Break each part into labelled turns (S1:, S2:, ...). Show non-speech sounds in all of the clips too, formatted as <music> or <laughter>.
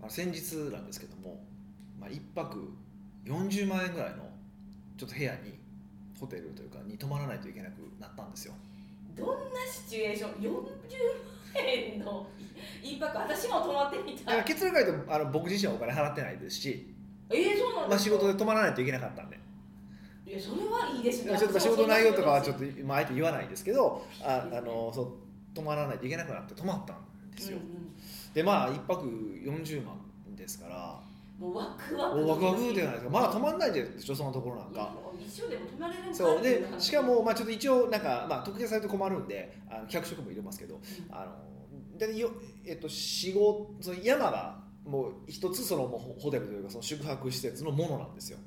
S1: あの先日なんですけども、まあ、1泊40万円ぐらいのちょっと部屋にホテルというかに泊まらないといけなくなったんですよ
S2: どんなシチュエーション40万円の一泊私も泊まってみ
S1: だ
S2: た
S1: か
S2: い
S1: ら結論から言うとあの僕自身はお金払ってないですし、
S2: えー、そうなん
S1: ま
S2: で
S1: あ、
S2: す
S1: 仕
S2: か
S1: 事で泊まらないといけなかったんで
S2: いやそれはいいです
S1: ちょ
S2: ね
S1: っとまあ仕事の内容とかはちょっ
S2: と
S1: と、まあ、あえて言わないですけどあ
S2: いい
S1: あ
S2: ですね
S1: のそう泊まらないといけなくなって泊まったんですよ、でまあ1泊40万ですから
S2: もうワクワク
S1: おワクワクじゃないですかまだ泊まんないんですよそのところなん
S2: いや
S1: か。
S2: もう一緒でも泊まれるんか
S1: そう
S2: ってい
S1: で
S2: 話
S1: しかも、まあ、ちょっと一応なんか、まあ、特定されると困るんであの客食も入れますけど
S2: うん
S1: あのだいたいよ、えっと、四五その山がもう一つそのもうホホテルというかその宿泊施設のものなんですよ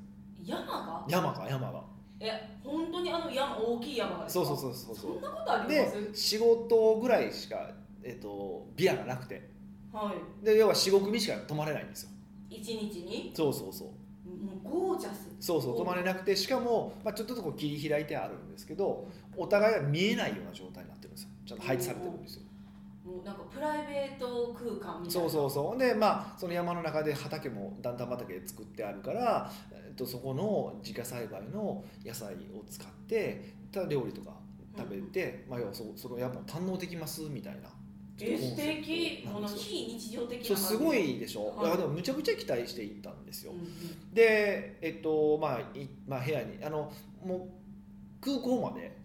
S2: 山が
S1: 山が山が
S2: え本当にあの山大きい山がです
S1: そ
S2: か
S1: うそうそうそう
S2: そ
S1: そ
S2: んなことあ
S1: う
S2: りま
S1: です仕事ぐらいしか、えっと、ビアがなくて
S2: はい
S1: で要は四五組しか泊まれないんですよ
S2: 一日に
S1: そうそうそう
S2: もうゴージャス
S1: そうそう
S2: お
S1: 泊まれなくてしかも、まあ、ちょっとこう切り開いてあるんですけどお互いが見えないような状態になってるんですよちゃんと配置されてるんですよ
S2: もうなんかプライベート空間みたい
S1: そ
S2: な
S1: うそうそうでまあその山の中で畑も段々畑作ってあるから、えっと、そこの自家栽培の野菜を使ってただ料理とか食べて、まあ、要はそその山を堪能できますみたいな
S2: え素
S1: コンセプ
S2: 敵
S1: ト
S2: も
S1: なん
S2: の
S1: ですよ
S2: 非日常的な
S1: そうすごいでしょ、
S2: はい
S1: だからでもむちゃくちゃ期待していったんですよ
S2: うんうん
S1: でえっとまあ、いまあ部屋にあのもう空港まで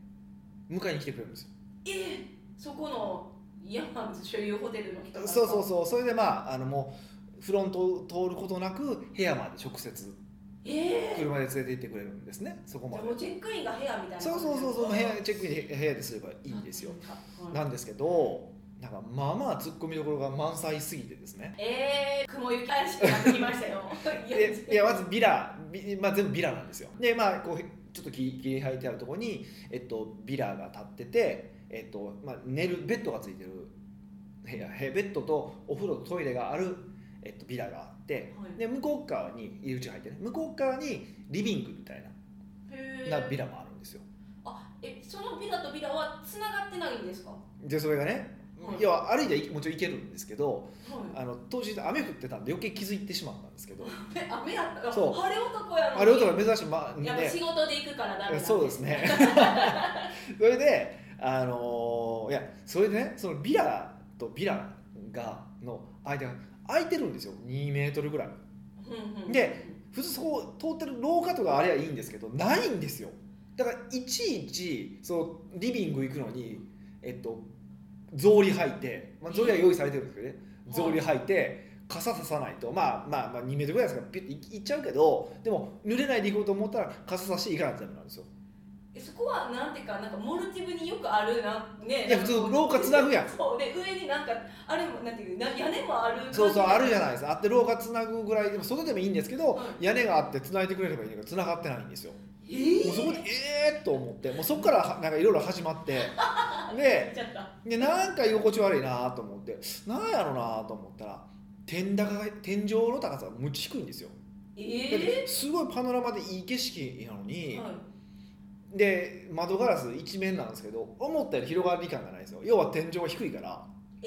S1: 迎えに来てくれるんですよ
S2: ええそこの山所有ホテルの人が
S1: そうそうそうそれでまああのもうフロントを通ることなく部屋まで直接
S2: ええ
S1: 車で連れて行ってくれるんですねそこ
S2: じ
S1: ま
S2: ゃあ
S1: で
S2: もうチェックインが部屋みたいな
S1: そうそうそうそう部屋チェックインで部屋ですればいいんですよ
S2: はい
S1: なんですけどなんかまあまあツッコミどころが満載すぎてですね
S2: ええ雲行き怪しくなってきましたよい
S1: で <laughs> いやまずビラビ、まあ、全部ビラなんですよでまあこうちょっと切り切り開いてあるところに、えっと、ビラが立ってて、えっとまあ、寝るベッドがついてる部屋へベッドとお風呂とトイレがある、えっと、ビラがあって
S2: はい
S1: で向こう側に入り口が入ってね向こう側にリビングみたい
S2: へ
S1: なな
S2: え
S1: ビラもあるんですよ
S2: えそのビラとビラはつながってないんですか、は
S1: でそれがね、
S2: はい
S1: 要は歩いてもちろん行けるんですけど
S2: い、
S1: あの当時雨降ってたんで余計気づいてしまったんです
S2: <laughs>
S1: けど
S2: え雨やったら
S1: そう
S2: 晴れ男やのに
S1: あれ音が珍しい、まあ
S2: やっぱ
S1: ね、
S2: 仕事で行くからダメなん
S1: そうですね <laughs> それであのーいやそれでねそのビラとビラがの間が空いてるんですよ2メートルぐらい
S2: うんうん
S1: で普通そこ通ってる廊下とかあれはいいんですけどないんですよだからいちいちそのリビング行くのにえっと草履履いて、まあ、草履は用意されてるんですけどね
S2: はい
S1: 草履履いて傘ささないとまあまあまあ2メートルぐらいですからピュッて行っちゃうけどでも濡れないで行こうと思ったら傘さして行かないとダメなんですよ
S2: えそこはなんていうかなんかモルティブによくあるなね
S1: いや普通廊下つなぐやん
S2: そうで上になんかあれもなんていうな屋根もある感じ
S1: そうそうあるじゃないですかあって廊下つなぐぐらいでも外でもいいんですけど、
S2: は
S1: 屋根があってつないでくれればいいんだけどつながってないんですよ
S2: えー、
S1: もうそこでえーっと思ってもうそこからはなんかいろいろ始まってで
S2: 行っちゃった
S1: でなんか居心地悪いなと思ってなんやろうなと思ったら天高が天井の高さがむち低いんですよ、
S2: え
S1: だっ
S2: ー
S1: てすごいパノラマでいい景色なのに、
S2: はい
S1: で窓ガラス一面なんですけど思ったより広がり感がないんですよ要は天井が低いから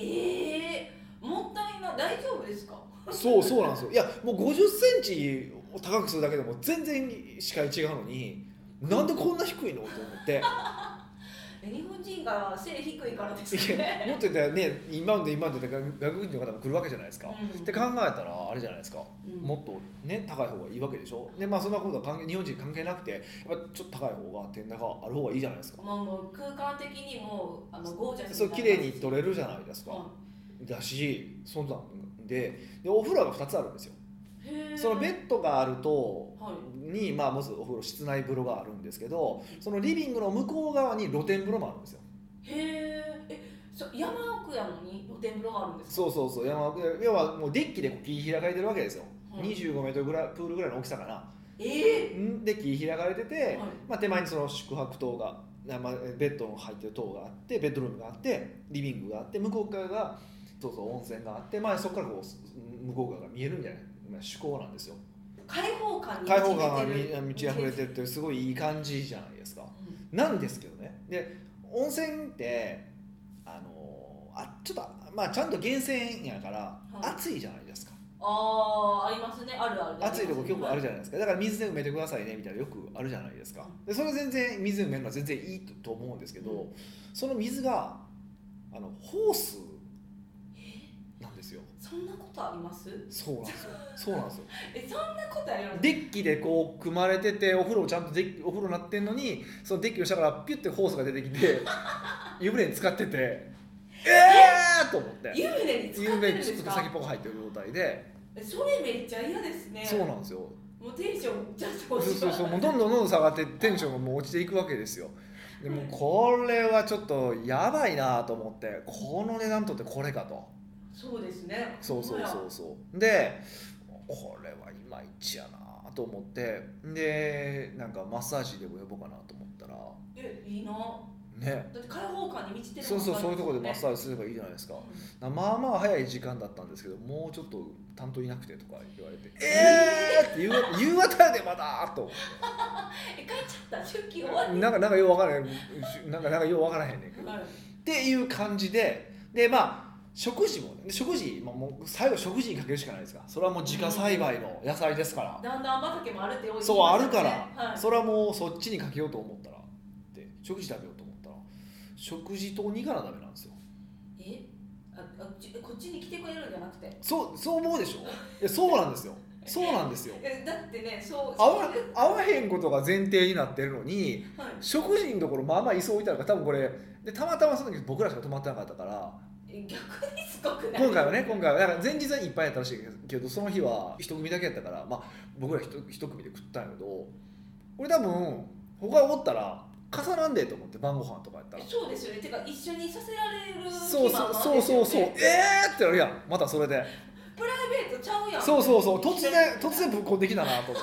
S2: えー、もったいない大丈夫ですか
S1: そうそうなんですよいやもう5 0センチを高くするだけでも全然視界違うのになんでこんな低いのと思って
S2: え日本人が背低いからです
S1: い
S2: ね
S1: や持ってたらね今ので今ので外国人の方も来るわけじゃないですか、
S2: うん
S1: って考えたらあれじゃないですか
S2: うん
S1: もっとね高い方がいいわけでしょでまあそんなことは関係日本人関係なくてやっぱちょっと高い方が天高ある方がいいじゃないですか
S2: まあもう空間的にもあのゴージャス
S1: そう
S2: な
S1: 綺麗に撮れるじゃないですか、
S2: は
S1: だしそんなんででお風呂が2つあるんですよ
S2: いへー
S1: そのベッドがあると
S2: はい
S1: に、まあ、まずお風呂室内風呂があるんですけどそのリビングの向こう側に露天風呂もあるんですよ
S2: へーえそ山奥やのに露天風呂があるんですか
S1: そうそうそう山奥要はもうデッキでこう切り開かれてるわけですよ、
S2: はい
S1: 2 5メートルぐらいプールぐらいの大きさかな
S2: え
S1: んで切り開かれてて、
S2: えはい
S1: まあ、手前にその宿泊棟が、なまあ、ベッドの入ってる棟があってベッドルームがあってリビングがあって向こう側がそうそう温泉があって、まあ、そこからこう向こう側が見えるみたいな、まあ、趣向なんですよ
S2: 開放感に
S1: 開放感が
S2: 満ち
S1: 満ち
S2: てる
S1: 溢れてるってすごいいい感じじゃないですか
S2: うん
S1: なんですけどねで温泉ってあのあちょっとまあちゃんと源泉やから
S2: はい
S1: 暑いじゃないですか、
S2: あああーありますねあるある
S1: 暑いとこ結構あるじ
S2: ゃ
S1: ゃないですかだから水で埋めてくださいねみたいなよくあるじゃないですかでそれ全然水埋めるのは全然いいと思うんですけど、
S2: う
S1: その水があのホースなんですよ
S2: そんなことあります
S1: そうなんですよそうなんですよ
S2: えそんなことあります
S1: デッキでこう組まれててお風呂ちゃんとデッキお風呂なってんのにそのデッキの下からピュッてホースが出てき
S2: <laughs>
S1: て湯船に使っててえーと思って
S2: 湯船に使
S1: 湯
S2: ってるん
S1: 船
S2: で
S1: にちょっ
S2: す
S1: と先
S2: か
S1: っぽが入ってる状態で
S2: えそれめっちゃ嫌ですね
S1: そうなんですよ
S2: もうテンションちゃっと
S1: そう
S2: 落ち
S1: そう
S2: ます
S1: そうもうどんどんどんどん下がってテンションがもう落ちていくわけですよでもうこれはちょっとやばいなと思ってこの値段とってこれかと
S2: そうですね
S1: そうそう
S2: ほん
S1: そ
S2: ま
S1: うそうでこれはいまいちやなと思ってでなんかマッサージでも呼ぼうかなと思ったら
S2: やえいいな
S1: ね
S2: だって開放感に満ちてる
S1: そうそうそういうところでマッ
S2: ます
S1: サージすればいいじゃないですか
S2: か
S1: なまあまあ早い時間だったんですけどもうちょっと担当いなくてとか言われて「えー!」って言う夕方やでまだと思って
S2: え帰っちゃった出勤終わり
S1: なんかなんかようわからへんなんかなんかようわからへんねんけど
S2: はい
S1: っていう感じででまあ食事もね食事、まあ、もう最後食事にかけるしかないですからそれはもう自家栽培の野菜ですから、
S2: だんだん畑もあるって多い
S1: そうあるから、
S2: はい、
S1: それはもうそっちにかけようと思ったらで食事食べようと思ったら食事とお肉がダメなんですよ
S2: えああちこっちに来てくれるんじゃなくて
S1: そうそう思うでしょいやそうなんですよそうなんですよ
S2: えだってねそう
S1: 合わ
S2: そういう
S1: 合わへんことが前提になってるのに
S2: はい
S1: 食事のところまあまあ椅子置いてあるから多分これでたまたまその時僕らしか泊まってなかったから
S2: え逆にすごくない
S1: 今回はね今回はだから前日はいっぱいやったらしいけどその日は一組だけやったから、まあ、僕ら一一組で食ったんやけどこれ多分他おったら重なんでと思って晩ご飯とかやったら
S2: そうですよねてか一緒にさせられる
S1: そう
S2: 暇
S1: そう
S2: もあ
S1: そ
S2: る
S1: うん
S2: です
S1: そ
S2: よ
S1: うそう
S2: ね
S1: えーってなるやんまたそれで
S2: プライベートちゃうやん
S1: そうそうそう突然突然ぶっこんできたなと思って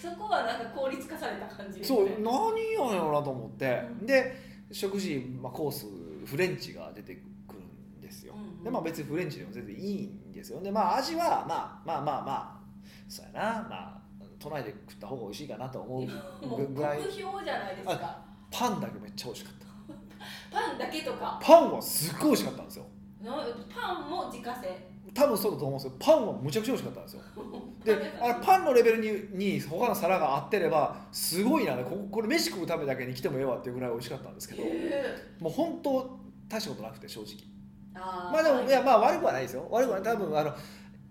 S2: そこはなんか効率化された感じです
S1: そう
S2: ね
S1: 何やろうなと思って
S2: うん
S1: で食事、まあ、コースフレンチが出てくるんですよ
S2: うんうん
S1: でまあ別にフレンチでも全然いいんですよでまあ味はまあまあまあまあそうやなまあ都内で食った方が美味しいかなと思
S2: も
S1: う
S2: う
S1: ぐらい
S2: 目標じゃないですか
S1: パンだけめっちゃ美味しかった
S2: パンだけとか
S1: パンはすっごい美味しかったんですよ
S2: なパンも自家製
S1: 多分そうだと思うんですよパンはむちゃくちゃ美味しかったんですよで
S2: <laughs>
S1: あれ
S2: パン
S1: パンのレベルにに他の皿が合ってればすごいなここれ飯食うためだけに来てもええわっていうぐらい美味しかったんですけど
S2: え
S1: もう本当大したことなくて正直
S2: ーあー
S1: まあでも、
S2: はい
S1: い、やまあ悪くはないですよ悪くはない多分あのう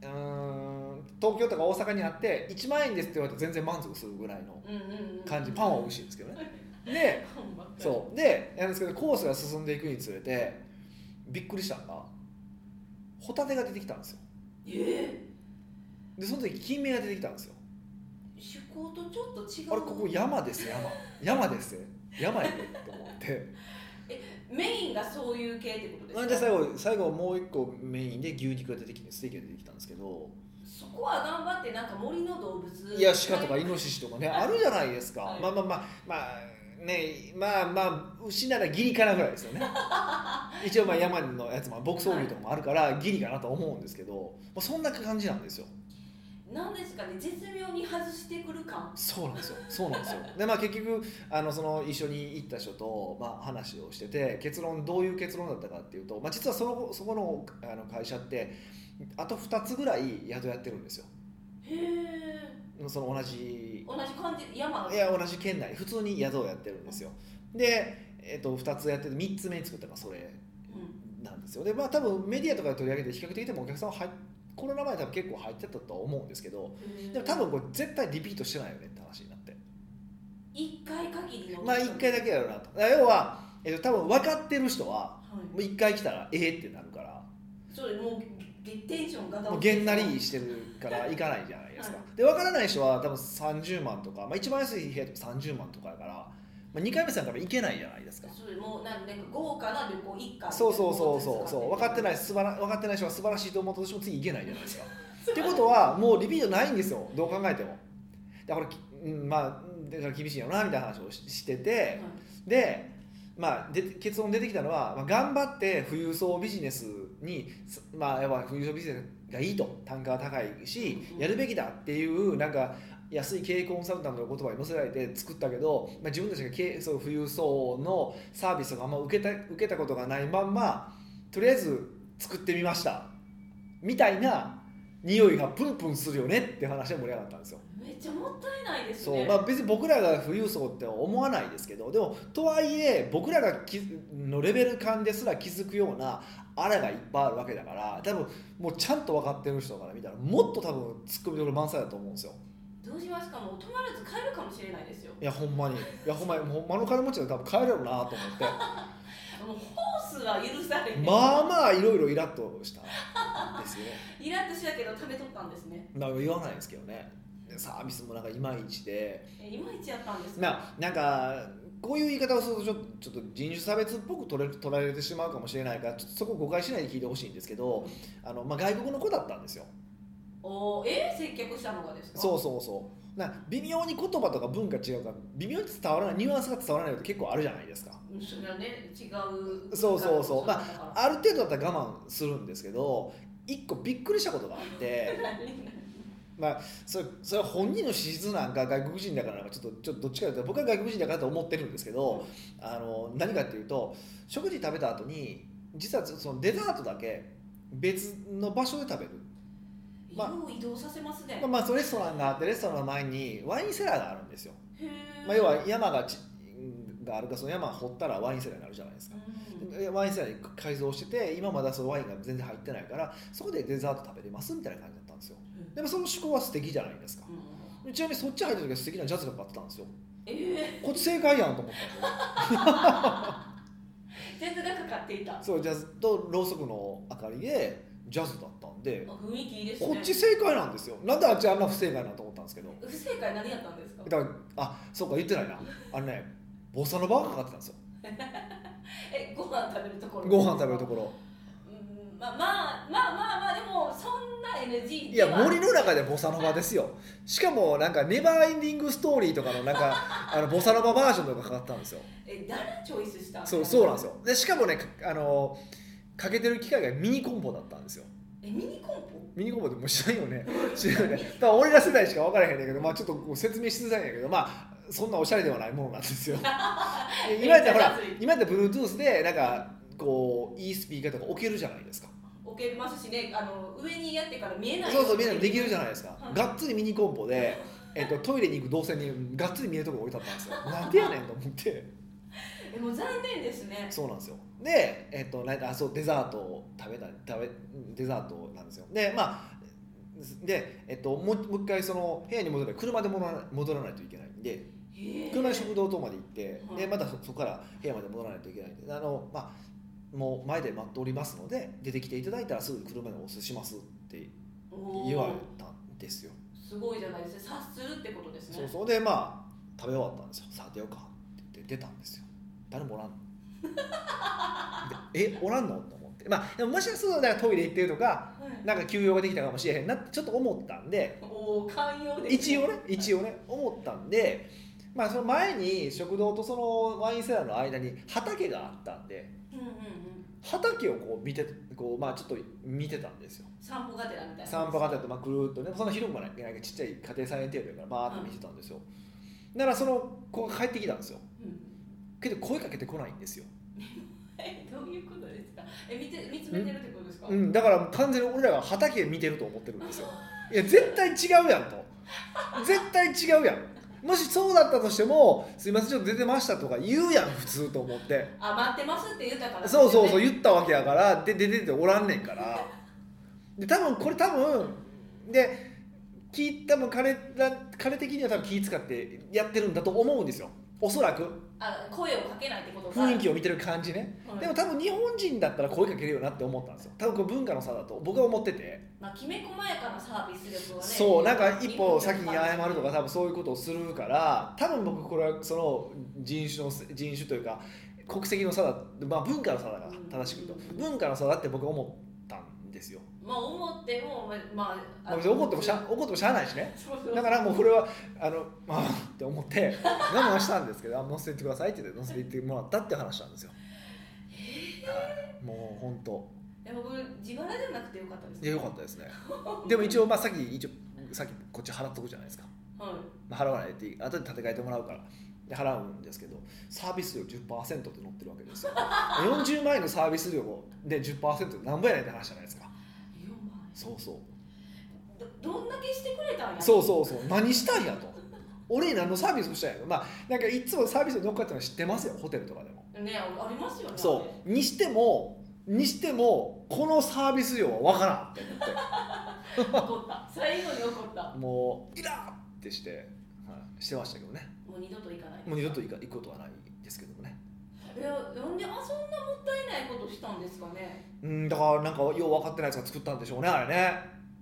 S1: ーん東京とか大阪にあって1万円ですって言われて全然満足するぐらいの
S2: うんうんうん
S1: 感じパンは
S2: <laughs>
S1: 美味しいんですけどねで
S2: パンばっかり
S1: そうでなんですけどコースが進んでいくにつれてびっくりしたのがホタテが出てきたんですよ
S2: え
S1: でその時金目が出てきたんですよ
S2: ー、趣向とちょっと違う
S1: あれここ山です山山ですね山やでと思って
S2: <laughs> メインがそういう系ってことです
S1: なんで最後最後もう一個メインで牛肉が出てきてステーキが出てきたんですけど
S2: そこは頑張ってなんか森の動物
S1: いや鹿とかイノシシとかねあるじゃないですか、
S2: はい
S1: まあまあまあまあねまあまあ牛ならギリかなぐらいですよ <laughs> ね一応まあ山のやつも牧草牛とかもあるからギリかなと思うんですけど、まあ、そんな感じなんですよ
S2: なんですかね絶妙に外してくる感
S1: そうなんですよそうなん <laughs> ですよでまあ結局あのその一緒に行った人と、まあ、話をしてて結論どういう結論だったかっていうと、まあ、実はそのそこのあの会社ってあと2つぐらい宿やってるんですよ
S2: へえ
S1: その同じ
S2: 同じ感じ山
S1: いや同じ県内普通に宿をやってるんですよで、えっと2つやってて3つ目に作ったのがそれ
S2: うん
S1: なんですよでまあ多分メディアとかで取り上げて比較的でもお客さんは入っコロナ前多分結構入ってたとは思うんですけどでも多分これ絶対リピートしてないよねって話になって
S2: 一回限りの
S1: まあ1回だけやろうなとだから要は、えっと多分分かってる人は
S2: はい
S1: もう1回来たらええってなるから
S2: それもうげテンションが
S1: もうげんなりしてるから行かないじゃないですか、
S2: は
S1: で分からない人は多分30万とか、まあ、一番安い部屋とか30万とかやから、まあ、2回目さんから行けないじゃないですか
S2: それもうなんなんか豪華な旅行一家
S1: そうそうそうそうそう分かってないい素晴ら分かってない人は素晴らしいと思ったとしても次いけないじゃないですか。ってことはもうリピートないんですよどう考えても。だからきうんまあだから厳しいよなみたいな話をししててで,、まあ、で結論出てきたのは、まあ、頑張って富裕層ビジネスに、すまあ、やっぱ富裕層ビジネスがいいと単価が高いし
S2: うんうん
S1: やるべきだっていうなんか安い経営コンサルタントの言葉に載せられて作ったけど、まあ、自分たちが経営そう富裕層のサービスがあんま受けた受けたことがないまんまとりあえず作ってみましたみたいな匂いがプンプンするよねって話で盛り上がったんですよ
S2: めっちゃもったいないです
S1: そう
S2: ね
S1: まあ、別に僕らが富裕層って思わないですけどでもとはいえ僕らがきのレベル感ですら気づくようなあらがいっぱいあるわけだから多分もうちゃんと分かってる人から見たらもっと多分ツッコミどころ満載だと思うんですよ
S2: どうしますかもう止まらず帰るかもしれないですよ
S1: いやほんまにいやほんまにほんまの金持ちだったら多分帰れるなと思って
S2: もうホースは許されて
S1: まあまあいろいろイラッとしたんですよね
S2: イラッとしたけど食べとったんですね
S1: なんか言わないですけどねでサービスもなんかいまいちで
S2: えいまいちやったんですか
S1: ななんかこういう言い方をするとちょっとちょっと人種差別っぽく取れる取られてしまうかもしれないからちょっとそこ誤解しないで聞いてほしいんですけどあの、まあ、外国の子だったんですよ
S2: おーえ接客したのがですか
S1: そうそうそうな微妙に言葉とか文化違うから微妙に伝わらないニュアンスが伝わらないこと結構あるじゃないですか
S2: うんそれはね違う
S1: そうそうそうま
S2: まあ
S1: ある程度だったら我慢するんですけど一個びっくりしたことがあってそれそれは本人の資質なんか外国人だからなんかちょっとちょっとどっちかというと僕は外国人だからと思ってるんですけどあの何かっていうと食事食べた後に実はそのデザートだけ別の場所で食べる、まあ
S2: よう移動させますね、
S1: まあ、まあそのレストランがあってレストランの前にワインセラーがあるんですよ、
S2: へえ
S1: まあ、要は山がちがあるからその山を掘ったらワインセラーになるじゃないですか
S2: うん
S1: でワインセラーに改造してて今まだそのワインが全然入ってないからそこでデザート食べれますみたいな感じだったんですよでもその思考は素敵じゃないですか
S2: うん
S1: ちなみにそっち入った時は素敵なジャズがかかってたんですよ
S2: え
S1: こっち正解やんと思ったんで
S2: ー、全然がかかっていたあ
S1: そうジャズとろうそくの明かりでジャズだったんで
S2: 雰囲気いいですね
S1: こっち正解なんですよなんであっちあんな不正解なんと思ったんですけど
S2: 不正解何やったんですか
S1: だからあそうか言ってないなあのねボサノバがかかってたんですよ
S2: えご飯食べるところ
S1: ご飯食べるところ
S2: うんまあまあまあまあまあでもそんな NG
S1: い
S2: で
S1: や
S2: は
S1: 森の中でボサノバですよしかもなんかネバーエンディングストーリーとかのなんか <laughs> あのボサノババージョンとかかかってたんですよ
S2: え誰チョイスした
S1: そうそうなんです
S2: よ
S1: よでしかもねかあのかけてる機械がミニコンボだったんですよ
S2: えミニコンポ
S1: ミニコンボでも知らんよね知らんよねだから俺ら世代しか分からへんねんけど、まあ、ちょっとこう説明しづらいんやけどまあそんなおしゃれではないものなん
S2: <laughs>
S1: ですよで今やったらほら今やったら Bluetooth でなんかこういいスピーカーとか置けるじゃないですか
S2: 置けますしねあの上にやってから見えない
S1: そうそうみんなできるじゃないですか、
S2: うん
S1: がっつりミニコンボで、えっと、トイレに行く動線にがっつり見えるところ置いてあったんですよなんでやねんと思って
S2: えもう残念ですね
S1: そうなんですよで、えっと、なんあそうデザートを食べた食べデザートなんですよでまあで、えっと、もうもう一回その部屋に戻れば車で戻ら戻らないといけないんで
S2: へえ
S1: 車で食堂等まで行って
S2: はい
S1: でまたそそこから部屋まで戻らないといけないんであの、まあ、もう前で待っておりますので出てきていただいたらすぐ車でお寿司しますって
S2: おー
S1: 言われたんですよ
S2: すごいじゃないですか察するってことですね
S1: そうそうでまあ食べ終わったんですよさあ出ようかって言って出たんですよ誰もおらんのでえおらんのと思ってまあでももしかするとだからトイレ行ってるとか
S2: はい
S1: なんか休養ができたかもしれへんなってちょっと思ったんで
S2: おー寛容です
S1: 一応ね一応ね思ったんでまあその前に食堂とそのワインセラーの間に畑があったんで
S2: うんうんうん
S1: 畑をこう見てこうまあちょっと見てたんですよ
S2: 散歩がてらみたいな
S1: 散歩がてらとまあくるっとねそんな広くもないなんかちっちゃい家庭菜園程度やからバーって見てたんですよ、ならその子が帰ってきたんですよ
S2: うん
S1: けど声かけてこないんですよ、
S2: えどういうことですかえ見て見つめてるってことですか
S1: うん、だからもう完全に俺らが畑見てると思ってるんですよいや絶対違うやんと絶対違うやんもしそうだったとしても「すいませんちょっと出てました」とか言うやん普通と思って
S2: あ待ってますって言ったからですよ
S1: そ
S2: ね
S1: うそうそう言ったわけやからで出てておらんねんからで多分これ多分で聞いたも彼ら彼的には多分気使ってやってるんだと思うんですよおそらく
S2: あ声をかけないってことが
S1: 雰囲気を見てる感じね
S2: はい
S1: でも多分日本人だったら声かけるよなって思ったんですよ多分これ文化の差だと僕は思ってて
S2: まあきめ細やかなサービス力をね
S1: そうなんか一歩先に謝るとか多分そういうことをするから多分僕これはその人種の人種というか国籍の差だ、まあ、文化の差だから正しく言うと文化の差だって僕は思ったんですよ
S2: まあ思ってもまあまあ
S1: まあ別に怒ってもしゃ怒ってもしゃあないしね
S2: そうそう
S1: だからもうこれはあのまあって思って我慢したんですけどあ乗せてってくださいって言って乗せて行ってもらったって話なんですよはいもう本当
S2: でも僕自腹じゃなくてよかったです
S1: いや良かったですねでも一応まあさっき一応さっきこっち払っとくじゃないですか、
S2: はい
S1: まあ、払わないって後で立て替えてもらうからで払うんですけどサービス料10%って載ってるわけですよ <laughs> 40万円のサービス料で10%ってなんぼやねんって話じゃないですか
S2: 4万
S1: そうそう
S2: どどんだけしてくれたんや
S1: そうそうそう何したんやと俺に何のサービスをしたんやとまあなんかいつもサービスに乗っかってるのは知ってますよホテルとかでも
S2: ねありますよね
S1: そうにしてもにしてもこのサービス料はわからんって思っ
S2: あれ怒った最後に怒った
S1: てもうイラーってして、はい、してましたけどね
S2: もう二度と行かないですか
S1: もう二度と行か行くことはないですけどもね
S2: いやなんであそんなもったいないことしたんですかね
S1: うんだからなんかよう分かってないやつが作ったんでしょうねあれね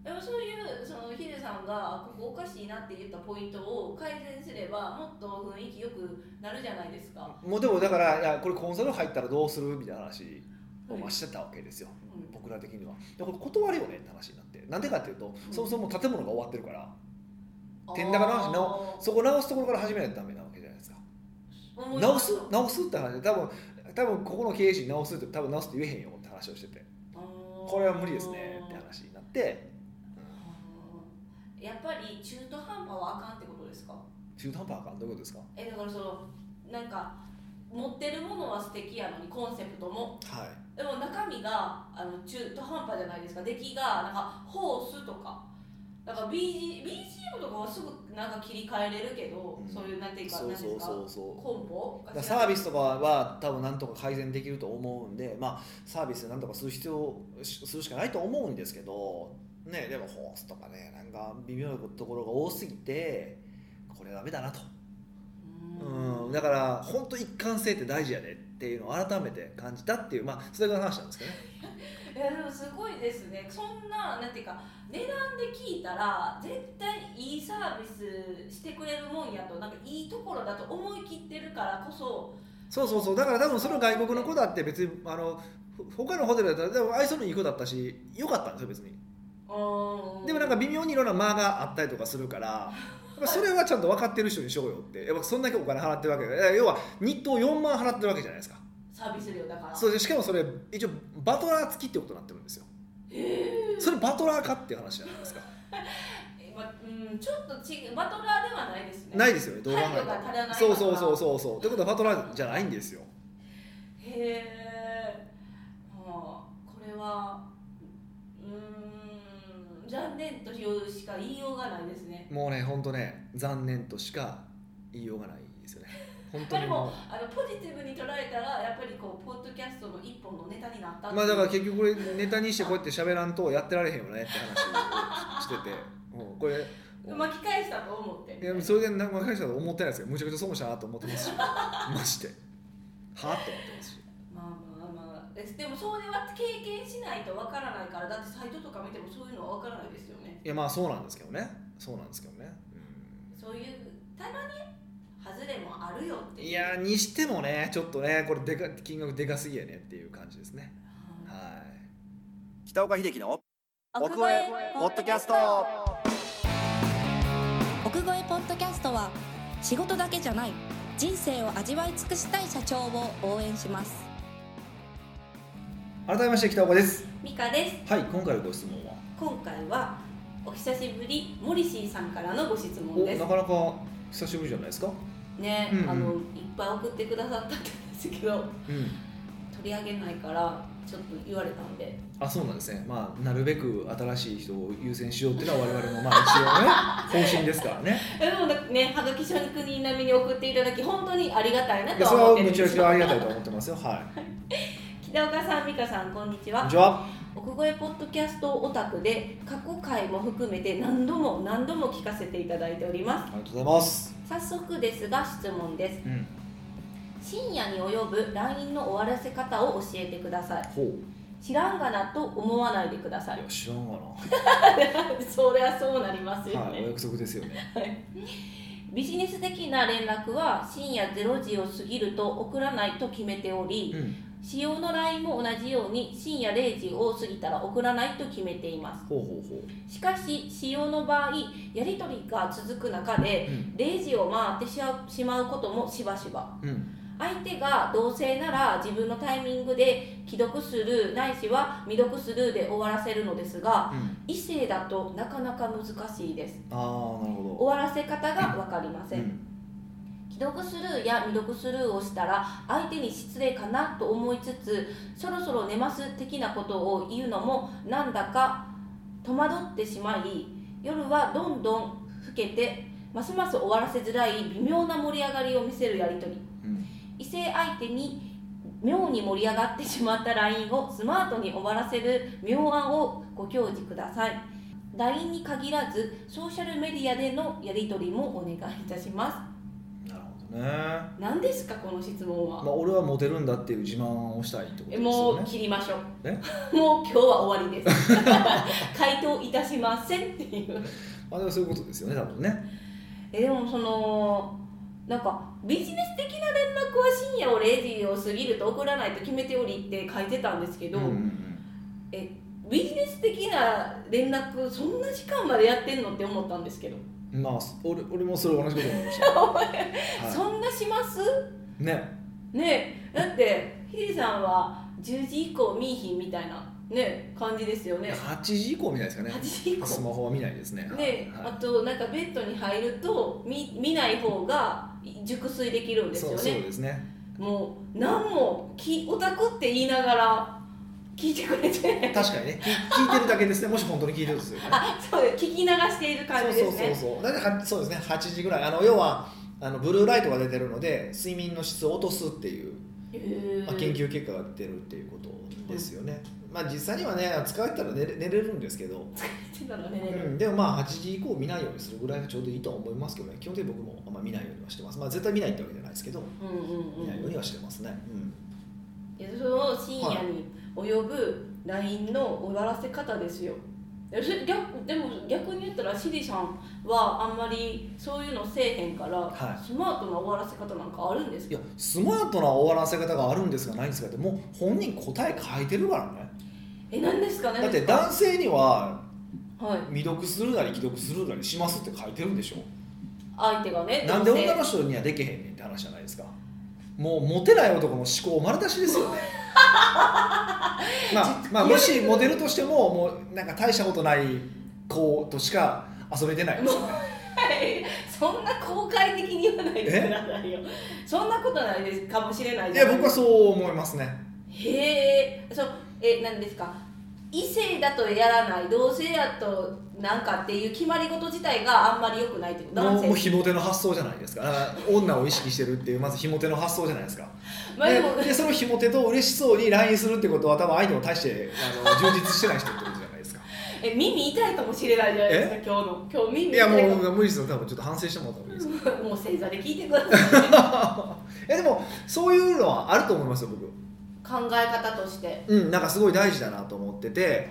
S2: でもそういうそのヒデさんがここおかしいなって言ったポイントを改善すればもっと雰囲気よくなるじゃないですか、
S1: もうでもだからいやこれコンサル入ったらどうするみたいな話をまあしてたわけですよ
S2: うん
S1: 僕ら的にはでこれ断るよねって話になってなんでかっていうとそもそも建物が終わってるから天高の話
S2: 直
S1: そこ直すところから始めないとダメなわけじゃないですか直す直すって話で多分多分ここの経営陣直すって多分直すって言えへんよって話をしててこれは無理ですねって話になって
S2: やっぱり中途半端はあかんってことですか
S1: 中途半端あかんどういうことですか
S2: えだからそのなんか持ってるものは素敵やのにコンセプトも
S1: はい
S2: でも中身があの中途半端じゃないですか出来がなんかホースとかなんか BG BGM とかはすぐなんか切り替えれるけど、
S1: うん
S2: そういうなんていうか
S1: そうそう
S2: なん
S1: そ
S2: で
S1: う
S2: す
S1: そう
S2: かコンボ
S1: だからサービスとかは多分なんとか改善できると思うんで、まあ、サービスでなんとかする必要しするしかないと思うんですけど、ね、でもホースとかねなんか微妙なところが多すぎてこれはダメだなと、
S2: うん
S1: うん、だから本当一貫性って大事やでっていうのを改めて感じたっていう、まあ、それが話なんですけどね
S2: いやでもすごいですねそんななんていうか値段で聞いたら絶対いいサービスしてくれるもんやとなんかいいところだと思い切ってるからこそ
S1: そうそうそうだから多分その外国の子だって別にあのほ他のホテルだったらでも愛想のいい子だったし良かったんですよ別に
S2: うん
S1: でもなんか微妙にいろんな間があったりとかするからやっぱそれはちゃんと分かってる人にしようよってやっぱそんだけお金払ってるわけでだから要は日当4万払ってるわけじゃないですか
S2: サービス料だから
S1: そうでしかもそれ一応バトラー付きってことになってるんですよそれバトラーかっていう話じゃないですか
S2: えまうん、ちょっと違うバトラーではないですね
S1: ないですよね動画
S2: 配慮が足らないから
S1: そうそうそうそうそうってことはバトラーじゃないんですよ
S2: へえ、まあ、これはうーん残念というしか言いようがないですね
S1: もうねほんとね残念としか言いようがないですよね本当
S2: まあ
S1: に
S2: で
S1: もう
S2: もあのポジティブに捉えたらやっぱりこうポッドキャストの一本のネタになったってい
S1: まあ
S2: う
S1: だから結局これネタにしてこうやって喋らんとやってられへんよねって話をしててもうこれ
S2: 巻き返したと思って
S1: いやそれで何回したと思ってないですけどむちゃくちゃ損したなと思ってます
S2: <laughs>
S1: しマジではあと思ってますし
S2: まあまあまあですでもそれは経験しないとわからないからだってサイトとか見てもそういうのはわからないですよね
S1: いやまあそうなんですけどねそうなんですけどね、
S2: そういうたまに外れもあるよっ
S1: う
S2: て
S1: ん
S2: いう
S1: いやにしてもねちょっとねこれでか金額でかすぎやねっていう感じですね
S2: うん
S1: はい北岡秀樹の
S3: 奥越えポッドキャスト奥越えポッドキャストは仕事だけじゃない人生を味わい尽くしたい社長を応援します
S1: 改めまして北岡です
S2: ミカです
S1: はい今回のご質問は
S2: 今回はお久しぶりモリシーさんからのご質問
S1: お
S2: です
S1: なかなか久しぶりじゃないですか
S2: ね、
S1: うんうん
S2: あのいっぱい送ってくださったんですけど
S1: うん
S2: 取り上げないからちょっと言われたんで
S1: あそうなんですねまあなるべく新しい人を優先しようっていうのは我々のまあ
S2: <laughs>
S1: 一応ね方針ですからね
S2: でもなんかねはがき職人並みに送っていただき本当にありがたいないと
S1: やそれ
S2: は
S1: は
S2: 思ってる
S1: む
S2: ん
S1: ち
S2: で
S1: ゃ
S2: す
S1: くちゃあり
S2: よ
S1: がたいと思ってますよはい
S2: 北岡さん美香さんこんにち
S1: こん
S2: は
S1: にちは
S2: 奥越えポッドキャストオタクで過去回も含めて何度も何度も聞かせていただいておりま
S1: ありがとうございます。
S2: す早速ですが質問です
S1: うん。
S2: 深夜に及ぶ LINE の終わらせ方を教えてください
S1: ほう。
S2: 知らんがなと思わないでください <laughs>
S1: いや知らんが
S2: そりゃそうなりますよ
S1: な。はい、お
S2: ね、
S1: 約束ですよね。
S2: ビジネス的な連絡は深夜0時を過ぎると送らないと決めており
S1: うん。
S2: 使用の LINE も同じように深夜0時を過ぎたら送らないと決めていま
S1: ほうほうほ
S2: すしかし使用の場合やり取りが続く中で
S1: う。うん。
S2: 0時を回ってしまうしまうこともしばしば
S1: うん。
S2: 相手が同性なら自分のタイミングで既読スルーないしは未読スルーで終わらせるのですが
S1: うん。
S2: 異性だとなかなか難しいです
S1: ああ、なるほ
S2: 終わらせ方が分かりま
S1: ど。
S2: せ
S1: うんん。
S2: 既読スルーや未読スルーをしたら相手に失礼かなと思いつつそろそろ寝ます的なことを言うのもなんだか戸惑ってしまい夜はどんどん更けてますます終わらせづらい微妙な盛り上がりを見せるやり取り
S1: うん
S2: 異性相手に妙に盛り上がってしまった LINE をスマートに終わらせる妙案をご教示ください LINE に限らずソーシャルメディアでのやり取りもお願いいたしま
S1: なるほどねます
S2: 何ですかこの質問は、
S1: あ俺はモテるんだっていう自慢をしたいってことで
S2: え
S1: す
S2: も
S1: よ
S2: う
S1: ね
S2: 切りましょう
S1: え
S2: <laughs> もう今日は終わりです <laughs> 回答いたしませんっていう
S1: まあでもそういうことですよね多分ね
S2: えでもそのなんかビジネス的な連絡は深夜を0時を過ぎると送らないと決めておりって書いてたんですけど、
S1: うんうんうん
S2: ビジネス的な連絡そんな時間までやってんのって思ったんですけど、
S1: まあ俺俺もそれ同じこと思いました <laughs> は
S2: そんなします
S1: いね
S2: ねえだってヒデさんは10時以降見いひんみたいなね感じですよね
S1: 8時以降みたいですかね
S2: 8時以降
S1: スマホは見ないですね
S2: ね、
S1: はい
S2: あとなんかベッドに入ると見見ない方が熟睡できるんですよ
S1: そ
S2: ね
S1: うそうですね
S2: もう何もきオタクって言いながら聞いてくれて
S1: 確かにねき聞いてるだけですねもし本当に聞いてるとするとね
S2: あそうです聞き流している感じですね
S1: そうそうそうそうだからはそうですね8時ぐらいあの要はあのブルーライトが出てるので睡眠の質を落とすっていう、
S2: へ
S1: まあ、
S2: ー
S1: 研究結果が出てるっていうことですよね、まあ実際にはね疲れたら寝れ寝れるんですけど、
S2: してたのね
S1: うん、でもまあ8時以降見ないようにするぐらいがちょうどいいとは思いますけどね基本的に僕もあんま見ないようにはしてますまあ絶対見ないってわけじゃないですけど
S2: うんうんうん
S1: 見ないようにはしてますね、うん
S2: いやその深夜に及ぶ LINE の終わらせ方ですよえそれ逆でも逆に言ったらシリさんはあんまりそういうのせえへんから、
S1: はい
S2: スマートな終わらせ方なんかあるんです
S1: いや
S2: か
S1: スマートな終わらせ方があるんですがないんですかってもう本人答え書いてるからね
S2: え何ですかね
S1: だって男性には
S2: はい、
S1: 未読するなり既読するなりしますって書いてるんでしょ
S2: 相手がね
S1: <laughs> なんで女
S2: 男
S1: の人にはできへんねんって話じゃないですかもうモテない男の思考丸出しです
S2: <laughs>
S1: よねまあ、まあ、もしモデルとしてももうなんか大したことない子としか遊べてないですよね
S2: 性そんな公開的に言わないでくださいよそんなことないですかもしれない
S1: い
S2: じゃ
S1: や
S2: ない
S1: 僕はそう思いますね
S2: へえそうえ何ですか異性だとやらない同性だとなんかっていう決まり事自体があんまり良くないってこと
S1: も
S2: 男
S1: うもうひ
S2: 性
S1: も手の発想じゃないですかだから女を意識してるっていうまずひも手の発想じゃないですか
S2: まあでも
S1: ででそのひも手と嬉しそうに LINE するってことは多分相手も大してあの充実してない人ってことじゃないですか
S2: え耳痛いかもしれないじゃないですか今日の今日耳
S1: いやも
S2: 痛 <laughs> いか
S1: う無理ですよ多分ちょっと反省してもらった方がいいですよ
S2: もうもう正座で聞いてください、ね、
S1: いやでもそういうのはあると思いますよ僕
S2: 考え方として、
S1: うんなんかすごい大事だなと思って
S2: う
S1: て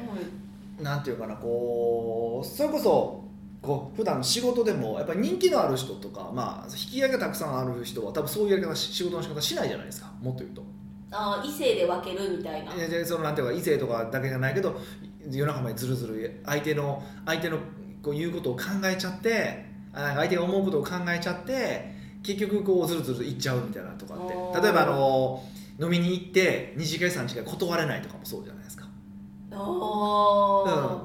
S2: ん、
S1: なんていうかなこうそれこそこう普段仕事でもやっぱり人気のある人とか、まあ、引き上げがたくさんある人は多分そういうやり方し仕事の仕方しないじゃないですかもっと言うと
S2: あー異性で分けるみたいな
S1: ででそのなんていうか異性とかだけじゃないけど夜中までずるずる相手の相手のこう言うことを考えちゃってあなんか相手が思うことを考えちゃって結局こうずるずるいっちゃうみたいなとか
S2: お
S1: って
S2: ー
S1: 例えばあの飲みに行って二次会三次会断れないとかもそうじゃないですか
S2: おーへ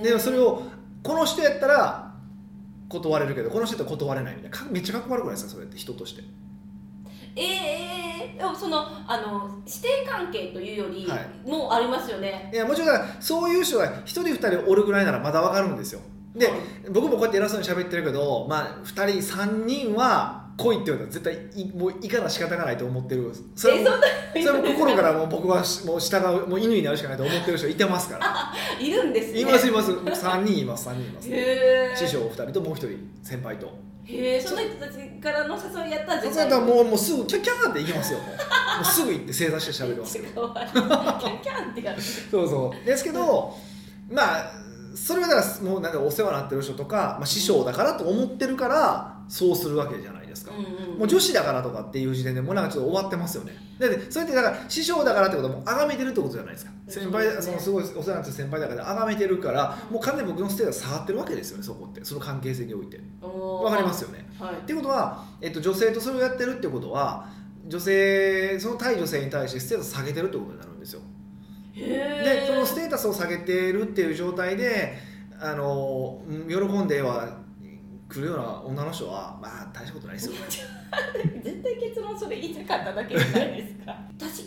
S2: え
S1: でそれをこの人やったら断れるけどこの人やったら断れないみたいなかめっちゃかっこ悪くないですかそれって人として
S2: ええでもそのあの師弟関係というより
S1: は
S2: もありますよね、
S1: いやもちろんだからそういう人が一人二人おるぐらいならまだわかるんですよで
S2: はい
S1: 僕もこうやって偉そうに喋ってるけど、まあ、2人3人は恋っていうのは絶対いもういかな仕方がないと思ってるそれ
S2: え
S1: も
S2: そん
S1: それも心からもう僕はしもう従うもう犬になるしかないと思ってる人いてますから
S2: いるんですね
S1: いますいます3人います3人います
S2: へえ
S1: 師匠2人ともう1人先輩と
S2: へえその人たちからの誘いやったら
S1: そう
S2: 絶
S1: だ
S2: 対
S1: ったらもうもうすぐキャッキャーって行きますよもうもうすぐ行って正座して喋りますよ
S2: かわいいキャンキャンってやる
S1: そうそうですけどまあそれはだからもうなんかお世話になってる人とか、まあ、師匠だからと思ってるからそうするわけじゃないですか、
S2: うんうん
S1: <laughs> もう女子だからとかっていう時点でもうなんかちょっと終わってますよねだってそれってだから師匠だからってことはもう崇めてるってことじゃないですか先輩
S2: そうです
S1: そ
S2: ね
S1: のすごいお世話になってる先輩だから崇めてるからもう完全に僕のステータス下がってるわけですよねそこってその関係性において
S2: おー
S1: わかりますよね
S2: はい
S1: ってことは、えっと、女性とそれをやってるってことは女性その対女性に対してステータス下げてるってことになるんですよ
S2: へ
S1: で
S2: え
S1: そのステータスを下げてるっていう状態であのうん喜んでは来るような女の人はまあ大したことないですよ
S2: 絶対結論それ言いたかっただけじゃないですか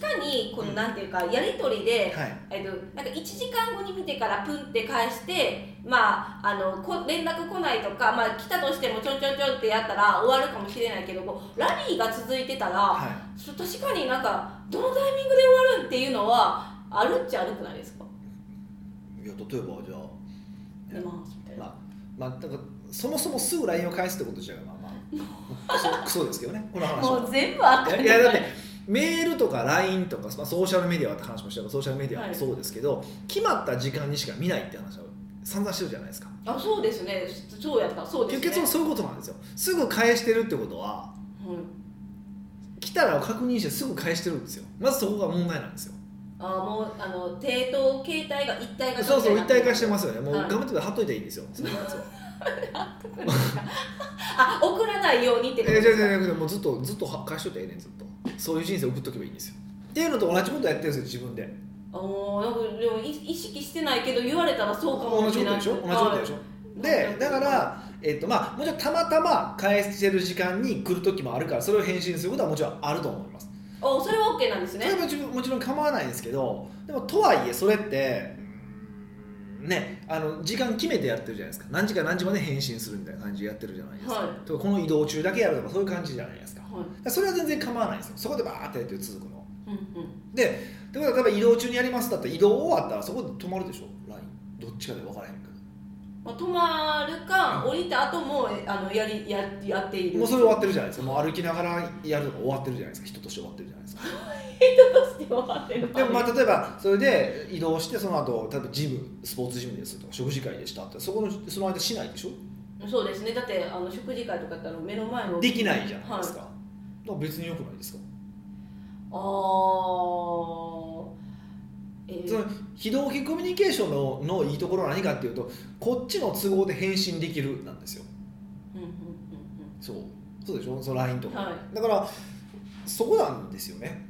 S2: 確かにこのなんていうかやり取りで、
S1: はい
S2: えっと、なんか1時間後に見てからプンって返して、まあ、あのこ連絡来ないとか、まあ、来たとしてもちょんちょんちょんってやったら終わるかもしれないけどこうラリーが続いてたら、
S1: は
S2: そ確かになんかどのタイミングで終わるっていうのはあるっちゃあるくないですか、
S1: いいや例えばじゃあ
S2: でまあみたいな
S1: まあまあだからそもそもすぐ LINE を返すってことじゃまあまあ
S2: <laughs>
S1: クソクソですけどねこの話
S2: も
S1: は
S2: う全部あ
S1: い
S2: か
S1: やい
S2: ん
S1: やだってメールとか LINE とか、まあ、ソーシャルメディアって話もしてるからソーシャルメディアもそうですけど、決まった時間にしか見ないって話は散々してるじゃないですか
S2: あそうですねそうやったそうです
S1: 結
S2: ね
S1: 局そういうことなんですよすぐ返してるってことは
S2: うん、
S1: 来たらを確認してすぐ返してるんですよまずそこが問題なんですよ
S2: あもうあの手と携帯が一体化
S1: そうそう一体化してますよねもう
S2: はい
S1: 画面とか貼っといていいんですよそのやつは
S2: <laughs> あ送らないようにって
S1: え
S2: こ
S1: ー
S2: と
S1: じゃあ
S2: です
S1: じ
S2: か
S1: ゃあじゃあじゃあもうずっとずっとは返しといてええねんずっとそういう人生送っとけばいいんですよっていうのと同じことやってるんですよ自分で
S2: あーなんかでもい意識してないけど言われたらそうか
S1: 同
S2: もし
S1: じ
S2: れ
S1: こと
S2: ない
S1: でしょ同じことでしょでだから、えっとまあ、もちろんたまたま返してる時間に来る時もあるからそれを返信することはもちろんあると思います
S2: おそれは OK なんです
S1: それ
S2: ね
S1: も自分もちろん構わないんですけどでもとはいえそれってうーんねあの時間決めてやってるじゃないですか何時から何時まで返信するみたいな感じでやってるじゃないですか、
S2: は
S1: とかこの移動中だけやるとかそういう感じじゃないですかだか
S2: はい
S1: らそれは全然構わないんですよそこでバーってやって続くの
S2: うん
S1: ででも例えば移動中にやりますだったら移動終わったらそこで止まるでしょ LINE どっちかで分からへんけど
S2: うんまあ、止まるか降りた後もえあのやりややっている
S1: もうそれ終わってるじゃないですかもう歩きながらやるとか終わってるじゃないですか人として終わってるじゃないですか
S2: どうして終わってる
S1: でもま
S2: た
S1: あ例えばそれで移動してその後例えばジムスポーツジムですとか食事会でしたってそこのその間しないでしょ
S2: そうですねだってあの食事会とかだったら目の前の
S1: できないじゃないですか,、だから別によくないですか、
S2: あーえー
S1: その非同期コミュニケーションののいいところは何かっていうとこっちの都合で返信できるなんですよ
S2: うんうん
S1: そうそうでしょその LINE とか、
S2: は
S1: だからそこなんですよね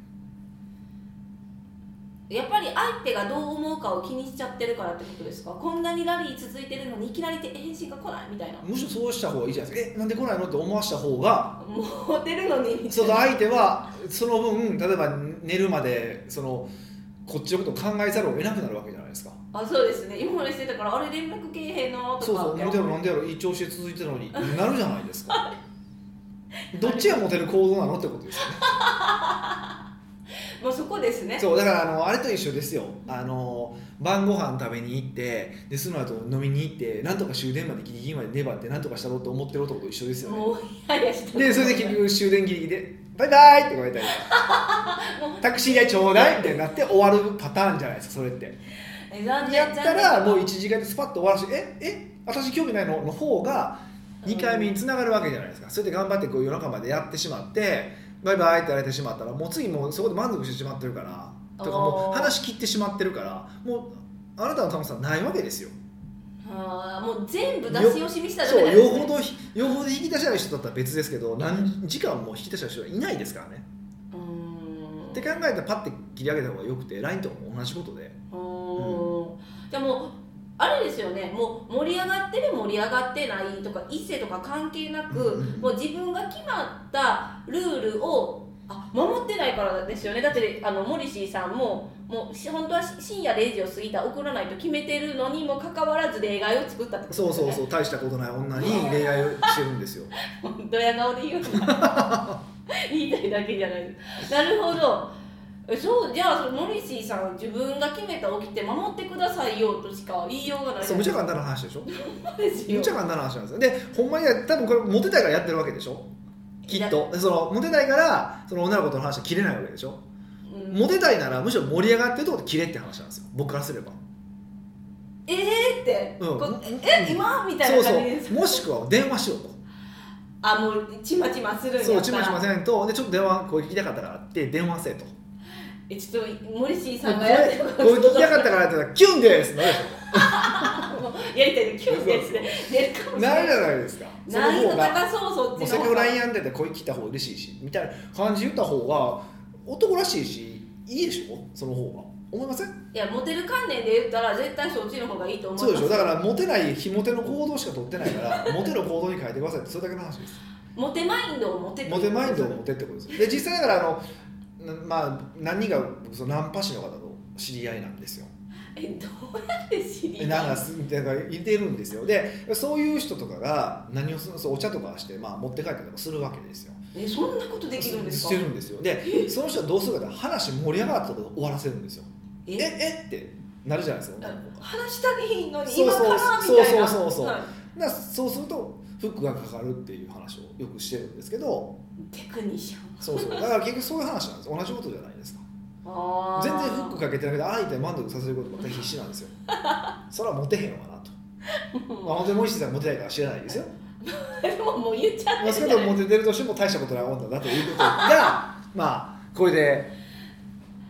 S2: うんやっぱり相手がどう思うかを気にしちゃってるからってことですかこんなにラリー続いてるのにいきなり返信が来ないみたいな
S1: むしろそうした方がいいじゃないですかえなんで来ないのって思わした方が
S2: もう出るのに
S1: その相手はその分例えば寝るまでそのこっちのことを考えざるを得なくなるわけじゃないですか
S2: あそうですね今までしてたからあれ連絡けえへんの
S1: そ
S2: と
S1: うそ
S2: か
S1: う
S2: って
S1: なんでやろなんでやろいい調子で続いてるのになるじゃないですか <laughs> どっちがモテる行動なのってことですよね
S2: もうそこですね
S1: そうだからあのあれと一緒ですよあの晩ご飯食べに行ってでその後飲みに行ってなんとか終電までギリギリまで粘ってなんとかしたろうと思ってる男と一緒ですよね
S2: もういやいやして
S1: でそれで結局終電ギリギリで「バイバイ!」って言われた <laughs> りとかタクシー代ちょうだい!」みたいになって終わるパターンじゃないですかそれって。
S2: え残念
S1: やったらもう1時間でスパッと終わらして「ええ私興味ないの?」の方が2回目につながるわけじゃないですかそれで頑張ってこう夜中までやってしまって「バイバイ」ってやられてしまったらもう次もうそこで満足してしまってるからとかも
S2: お
S1: う
S2: ー
S1: 話切ってしまってるからもうあなたの楽しさはないわけですよ
S2: あーもう全部出し惜しみしたらダ
S1: そ
S2: メ
S1: う
S2: なんで
S1: よ
S2: すね
S1: ほどひよほど引き出しない人だったら別ですけど何時間も引き出しない人はいないですからね
S2: うーん
S1: って考えたらパッて切り上げた方がよくて LINE とかも同じことで
S2: うーんじゃあもうあれですよねもう盛り上がってる盛り上がってないとか一世とか関係なく、
S1: うんうん
S2: もう自分が決まったルールをあ守ってないからですよねだってあのモリシーさんももうし本当はし深夜0時を過ぎたら送らないと決めてるのにもかかわらず例外を作ったってこと
S1: そうそう
S2: う
S1: そう大したことない女に恋愛をしてるんですよ
S2: ドヤ顔で言うな <laughs> 言いたいだけじゃないなるほどえそうじゃあそのモリシーさん自分が決めた起きて守ってくださいよとしか言いようがない
S1: そうむちゃ簡単な話でしょ
S2: そうです
S1: む
S2: よ
S1: ちゃ簡単な話なんですよでほんまに多分これモテたいからやってるわけでしょきっとでそのモテたいからその女の子との話は切れないわけでしょ
S2: うん
S1: モテたいならむしろ盛り上がってるところで切れって話なんですよ僕からすれば
S2: えーって、
S1: うん
S2: こえ今みたい
S1: そう
S2: な
S1: そ
S2: 感じです
S1: うもしくは電話しろと
S2: あもうちまちまするんやった
S1: そ
S2: ら
S1: うちまちませんとでちょっと電話声聞きたかったからって電話せと
S2: えちょっとモリシーさんがやって
S1: 声
S2: る
S1: 声聞きたかったからやったらキュンですなるでし
S2: もうやりたいのキュンですね出るか
S1: ょ
S2: もしれ
S1: な
S2: な
S1: る
S2: い
S1: じゃないですかその
S2: 難易
S1: 方
S2: 度
S1: が
S2: 高そうそっ
S1: もう
S2: ち
S1: せっ
S2: の
S1: か
S2: 方
S1: く
S2: が
S1: LINE やんでて声聞いた方が嬉しいしみたいな感じ言った方が男らしいしいいでしょその方が思いません
S2: いやモテる観念で言ったら絶対そっちの方がいいと思いま
S1: そ
S2: す
S1: うでしょだからモテない非モテの行動しか取ってないから <laughs> モテの行動に変えてくださいってそれだけの話です
S2: モテマインドをモテって
S1: モテマインドを持てってことですで実際だからあのなまあ何人か僕そのナンパ師の方と知り合いなんですよ
S2: えどうやって知り合い
S1: なんかすだからいてるんですよでそういう人とかが何をするそうお茶とかして、まあ、持って帰ったりとかするわけですよ
S2: えそんなことできるんですか
S1: してるんですよでその人はどうするかって話盛り上がったとこで終わらせるんですよ
S2: え
S1: ええってなるじゃないですか女の子が
S2: 話したでいいのに
S1: そう
S2: 今
S1: そう
S2: からみたいな
S1: そうそうそうそう
S2: はい
S1: だからそうするとフックがかかるっていう話をよくしてるんですけど
S2: テクニシャン
S1: そうそうだから結局そういう話なんです同じことじゃないですか
S2: あー
S1: 全然フックかけてないけど相手を満足させることばっかり必死なんですよそれはモテへんわな
S2: <laughs>
S1: と、まあ、モテもいさんモテないから知らないですよ
S2: でももう言っちゃっ
S1: ま
S2: て
S1: あ
S2: る
S1: 少
S2: じ
S1: なくと
S2: ゃない
S1: もモテてるとしても大したことない女だということがまあこれで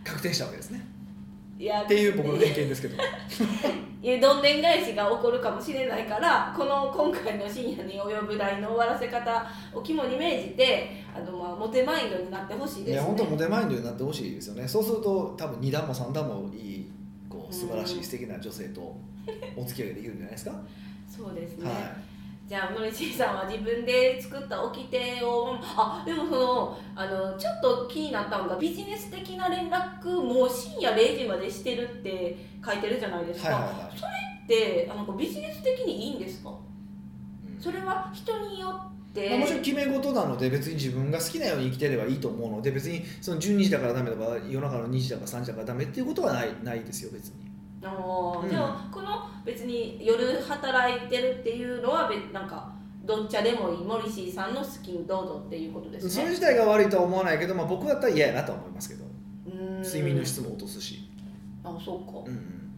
S1: 確定したわけですね
S2: いや
S1: っていう僕の偏見ですけど
S2: いやどんでん返しが起こるかもしれないからこの今回の深夜に及ぶ題の終わらせ方を肝に銘じてあの、まあ、モテマインドになってほしい
S1: い
S2: です、ね、
S1: や本当モテマインドになってほしいですよねそうすると多分2段も3段もいいこう素晴らしい素敵な女性とお付き合いができるんじゃないですか、
S2: そうですね、
S1: は
S2: じゃあ森進さんは自分で作った掟をあでもそのあのちょっと気になったのがビジネス的な連絡も深夜0時までしてるって書いてるじゃないで
S1: い、
S2: す
S1: は
S2: か、
S1: いはいはい
S2: であのビジネス的にいいんですか
S1: うん
S2: それは人によって、
S1: まあもちろん決め事なので別に自分が好きなように生きてればいいと思うので別にその12時だからダメとか夜中の2時だから3時だからダメっていうことはないないですよ別に
S2: あー
S1: うん
S2: じゃあこの別に夜働いてるっていうのはべなんかどっちでもいいモリシーさんの好きにどうぞっていうことです
S1: それ
S2: ね
S1: 自体が悪いとは思わないけど、まあ、僕だったら嫌やなとは思いますけど
S2: うーん
S1: 睡眠の質も落とすし、
S2: あそう
S1: う
S2: か
S1: んうん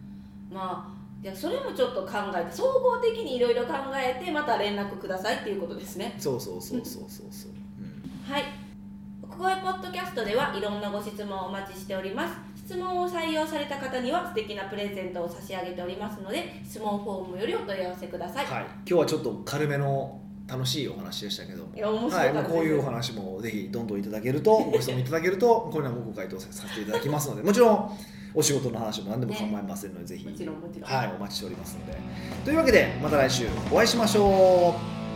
S2: まあじゃあそれもちょっと考えて総合的にいろいろ考えてまた連絡くださいっていうことですね
S1: そうそうそうそうそうそう、うん
S2: はい国語ポッドキャストではいろんなご質問をお待ちしております質問を採用された方には素敵なプレゼントを差し上げておりますので質問フォームよりお問い合わせください、
S1: はい、今日はちょっと軽めの楽しいお話でしたけども
S2: いや面白かっ
S1: はい、
S2: たです
S1: まあこういうお話もぜひどんどんいただける <laughs> とご質問いただけるとこういうのはもうご回答させていただきますのでもちろんお仕事の話も何でも構いませんので、ぜひ
S2: もちろんもちろん
S1: はい、お待ちしておりますのでというわけでまた来週お会いしましょう